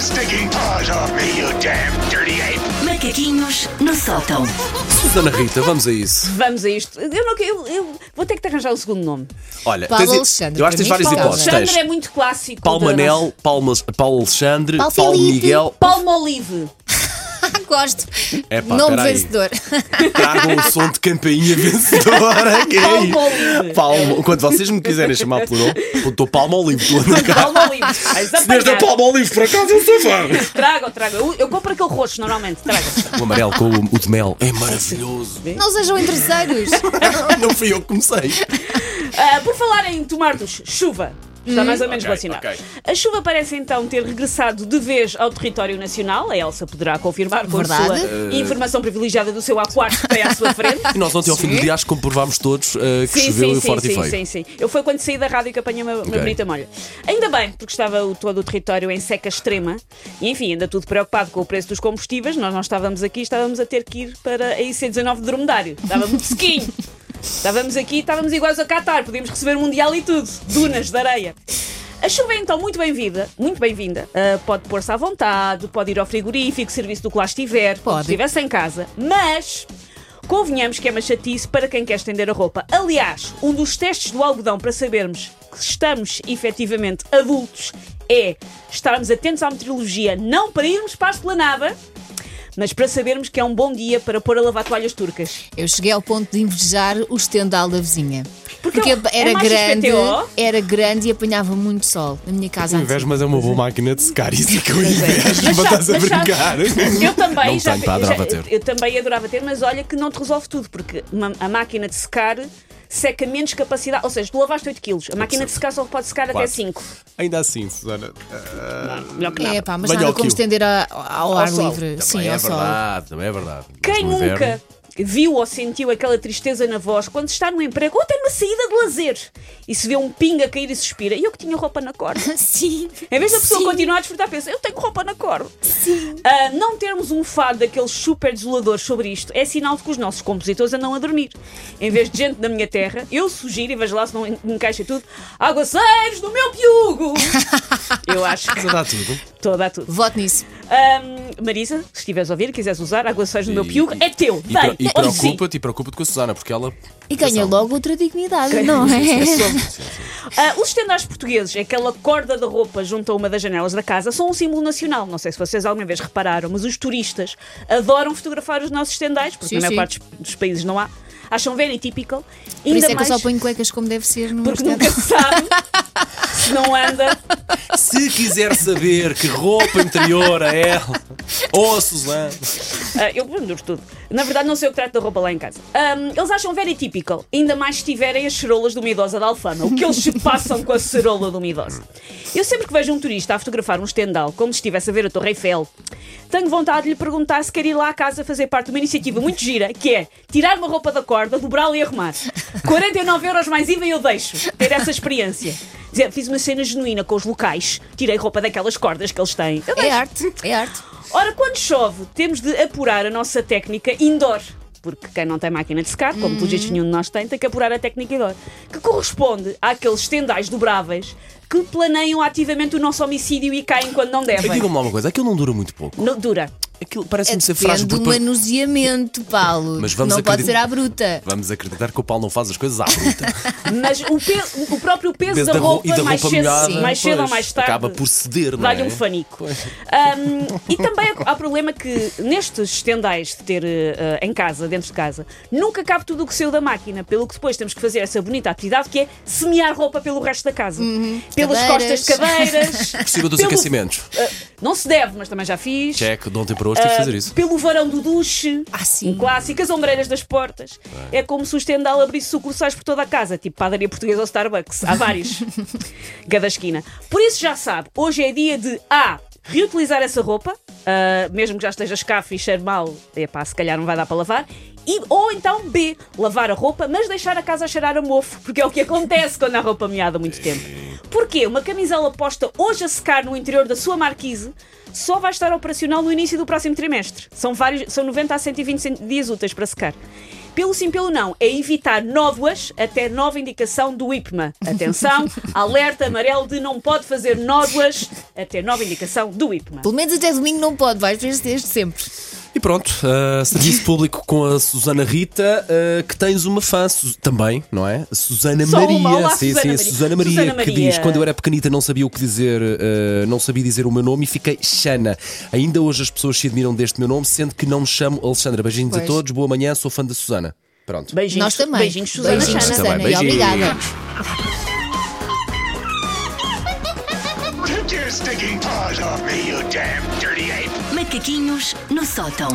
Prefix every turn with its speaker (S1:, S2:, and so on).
S1: sticking paws off me, you damn dirty ape!
S2: Macaquinhos no sótão.
S3: Susana Rita, vamos a isso.
S4: Vamos a isto. Eu, não, eu, eu vou ter que te arranjar um segundo nome.
S3: Olha,
S5: Paulo
S3: tens-
S5: Alexandre,
S3: eu acho que tens
S5: para mim,
S3: várias
S5: Paulo
S3: hipóteses.
S4: Alexandre é
S3: Tens
S4: muito clássico.
S3: Paulo
S4: da
S3: Manel, é Paulo, Mas- Paulo Alexandre, Paulo,
S5: Paulo Filipe.
S3: Miguel.
S4: nossa- Palma Olive.
S5: Ah, gosto.
S3: Epá,
S5: Nome
S3: peraí.
S5: vencedor.
S3: Tragam o som de campainha vencedora. Que é isso? Palmo. Quando vocês me quiserem chamar pelo nome, eu estou Palmo Olivo. estou na cara.
S4: Palma Olive. Vais
S3: Desde a
S4: apanhar.
S3: Palmo Olivo, por acaso eu sou fã.
S4: Traga, traga. Eu, eu compro aquele roxo normalmente. Traga.
S3: O amarelo com o, o de mel é maravilhoso.
S5: não sejam interesseiros.
S3: Não fui eu que comecei.
S4: Ah, por falar em tomar duche, chuva. Está mais ou menos
S3: Ok,
S4: relacionado.
S3: ok.
S4: A chuva parece então ter regressado de vez ao território nacional. A Elsa poderá confirmar com
S5: Verdade.
S4: a
S3: Eh.
S4: sua informação privilegiada do seu A4 que tem à sua frente.
S3: E nós ontem, ao fim do dia, acho que comprovámos todos eh, que
S4: Sim,
S3: choveu
S4: sim, sim,
S3: forte e
S4: sim,
S3: feio.
S4: sim, sim. Eu foi quando saí da rádio que apanhei uma, uma
S3: Ok.
S4: bonita molha. Ainda bem, porque estava o, todo o território em seca extrema e, enfim, ainda tudo preocupado com o preço dos combustíveis. Nós não estávamos aqui, estávamos a ter que ir para a IC19 de Dromedário. Estava muito sequinho. estávamos aqui, estávamos iguais a Qatar, podíamos receber Mundial e tudo. Dunas de areia. A chuva é então muito bem-vinda, muito bem-vinda. Ah, pode pôr-se à vontade, pode ir ao frigorífico, serviço do que lá estiver,
S5: Pode.
S4: se estivesse em casa, mas convenhamos que é uma chatice para quem quer estender a roupa. Aliás, um dos testes do algodão para sabermos que estamos efetivamente adultos é estarmos atentos à meteorologia, não para irmos para a esplanada, mas para sabermos que é um bom dia para pôr a lavar toalhas turcas.
S5: Eu cheguei ao ponto de invejar o estendal da vizinha.
S4: Porque é- é
S5: era
S4: mais
S5: grande,
S4: XPTO?
S5: era grande e apanhava muito sol na minha casa. antiga.
S3: Invejo, mas é uma boa máquina de secar isso é que eu
S4: Pois é.
S3: invejo.
S4: Mas
S3: Mas
S4: sabe-
S3: estás a
S4: mas sabe-
S3: brincar.
S4: Eu também
S3: Não
S4: já,
S3: tenho, pá,
S4: já-
S3: adorava ter.
S4: Eu também adorava ter, mas olha que não te resolve tudo, porque uma- a máquina de secar seca menos capacidade. Ou seja, tu lavaste 8 kg, a máquina de secar só pode secar até
S3: Claro.
S4: 5.
S3: Ainda assim, Susana.
S4: Melhor que nada.
S5: É pá, mas
S3: Venha
S5: nada
S3: ao
S5: como
S3: quilo.
S5: estender a- ao, ar
S4: sol.
S5: livre. Sim,
S3: também é
S5: ao sol.
S3: verdade, também é verdade.
S4: Quem
S3: Mas no inverno-
S4: nunca viu ou sentiu aquela tristeza na voz quando está no emprego ou até numa saída de lazer e se vê um pinga cair e suspira? E eu que tinha roupa na corda.
S5: Sim.
S4: Em vez da pessoa
S5: Sim.
S4: continuar a desfrutar, pensa, eu tenho roupa na cor. Sim. não termos um fado daqueles super desoladores sobre isto é sinal de que os nossos compositores andam a dormir. Em vez de gente da minha terra, eu sugiro, e veja lá se não en- encaixa tudo, aguaceiros do meu piugo. eu acho que
S3: Mas dá tudo.
S4: toda a tudo.
S5: Voto nisso.
S4: Ahm, Marisa, se estiveres a ouvir, quiseres usar aguaceiros do meu piugo, é teu.
S5: Ah,
S3: E, pre- e
S4: Dei. Ou sim.
S3: preocupa-te e preocupa-te com a Susana, porque ela.
S5: E ganha
S3: Atenção.
S5: logo outra dignidade, não é?
S4: Ah, os estendares portugueses, aquela corda da roupa junto a uma das janelas da casa, são um símbolo nacional. Não sei se vocês alguma vez repararam, mas os turistas adoram fotografar os nossos estendais, porque
S5: Sim,
S4: na maior
S5: sim.
S4: parte dos- dos países não há. Acham very typical.
S5: Por
S4: ainda
S5: isso é que eu
S4: mais
S5: só ponho cuecas como deve ser no
S4: porque nunca se sabe se não anda.
S3: Se quiser saber que roupa interior a ela ou a Susana.
S4: Ah, eu penduro tudo. Na verdade, não sei o que trato da roupa lá em casa. Ahm, eles acham very typical, ainda mais se tiverem as cerolas de uma idosa da Alfama. O que eles se passam com a cerola de uma idosa? Eu sempre que vejo um turista a fotografar um estendal, como se estivesse a ver a Torre Eiffel, tenho vontade de lhe perguntar se quer ir lá à casa fazer parte de uma iniciativa muito gira, que é tirar uma roupa da corda, dobrá-la e arrumar. 49 euros mais IVA eu deixo. Ter essa experiência. Dizer, fiz uma cena genuína com os locais, tirei roupa daquelas cordas que eles têm. Eu
S5: É arte, é arte.
S4: Ora, quando chove, temos de apurar a nossa técnica indoor. Porque quem não tem máquina de secar, como por jeito nenhum de nós tem, tem que apurar a técnica indoor. Que corresponde àqueles tendais dobráveis que planeiam ativamente o nosso homicídio e caem quando não
S3: E
S4: devem.
S3: digam-me lá uma coisa, aquilo não dura muito pouco.
S4: Não dura.
S3: Aquilo parece-me ser
S5: É, Depende
S3: frágil.
S5: do
S3: porque-
S5: manuseamento, Paulo.
S3: Mas vamos
S5: não é. pode
S3: acreditar-
S5: ser à bruta.
S3: Vamos acreditar que o Paulo não faz as coisas à bruta.
S4: Mas o, pe- o próprio peso
S3: Peso
S4: da
S3: da ro-
S4: roupa,
S3: e da
S4: mais,
S3: roupa
S4: cedo,
S3: molhada,
S4: mais cedo ou
S3: pois,
S4: mais tarde
S3: acaba por ceder, não
S4: Dá-lhe
S3: é?
S4: um fanico. Ahm, e também há problema que nestes estendais de ter eh, em casa, dentro de casa, nunca cabe tudo o que saiu da máquina, pelo que depois temos que fazer essa bonita atividade que é semear roupa pelo resto da casa. Pelas
S5: Cadeiras.
S4: costas de cadeiras. Por
S3: cima dos aquecimentos.
S4: não se deve, mas também já fiz.
S3: Check, de ontem para hoje tive que fazer isso.
S4: Ah, Pelo varão do duche.
S5: Ah, sim.
S4: Um clássico, as ombreiras das portas. É, como se o estendal abrisse sucursais por toda a casa, tipo padaria portuguesa ou Starbucks. Há vários. Cada esquina. Por isso já sabe, hoje é dia de A. Reutilizar essa roupa, ah, mesmo que já esteja escafa e cheire mal, epá, se calhar não vai dar para lavar. E, ou então B. Lavar a roupa, mas deixar a casa a cheirar a mofo, porque é o que acontece quando há roupa meada há muito tempo. Porquê? Uma camisola posta hoje a secar no interior da sua marquise só vai estar operacional no início do próximo trimestre. São, vários, são 90 a 120 cent- dias úteis para secar. Pelo sim, pelo não, é evitar nódoas até nova indicação do IPMA. Atenção, alerta amarelo de não pode fazer nódoas até nova indicação do IPMA.
S5: Pelo menos até domingo não pode, vais ver desde sempre.
S3: E pronto, ah, serviço público com a Susana Rita, ah, que tens uma fã su- também, não é? A Susana
S4: Só
S3: Maria.
S4: uma, olá,
S3: sim,
S4: Susana
S3: sim, a
S4: Maria.
S3: Susana Maria,
S4: Susana
S3: que
S4: Maria.
S3: diz: Quando eu era pequenita não sabia o que dizer, ah, não sabia dizer o meu nome e fiquei Xana. Ainda hoje as pessoas se admiram deste meu nome, sendo que não me chamo Alexandra. Beijinhos a
S5: Pois.
S3: todos, boa manhã, sou fã da Susana. Pronto.
S4: Beijinhos,
S5: Nós também.
S4: beijinhos Susana
S5: Beijinhos,
S4: Chana.
S5: Susana.
S3: Também,
S5: E obrigada.
S1: Take your stinking paws off me, you damn dirty ape!
S2: Macaquinhos no sótão.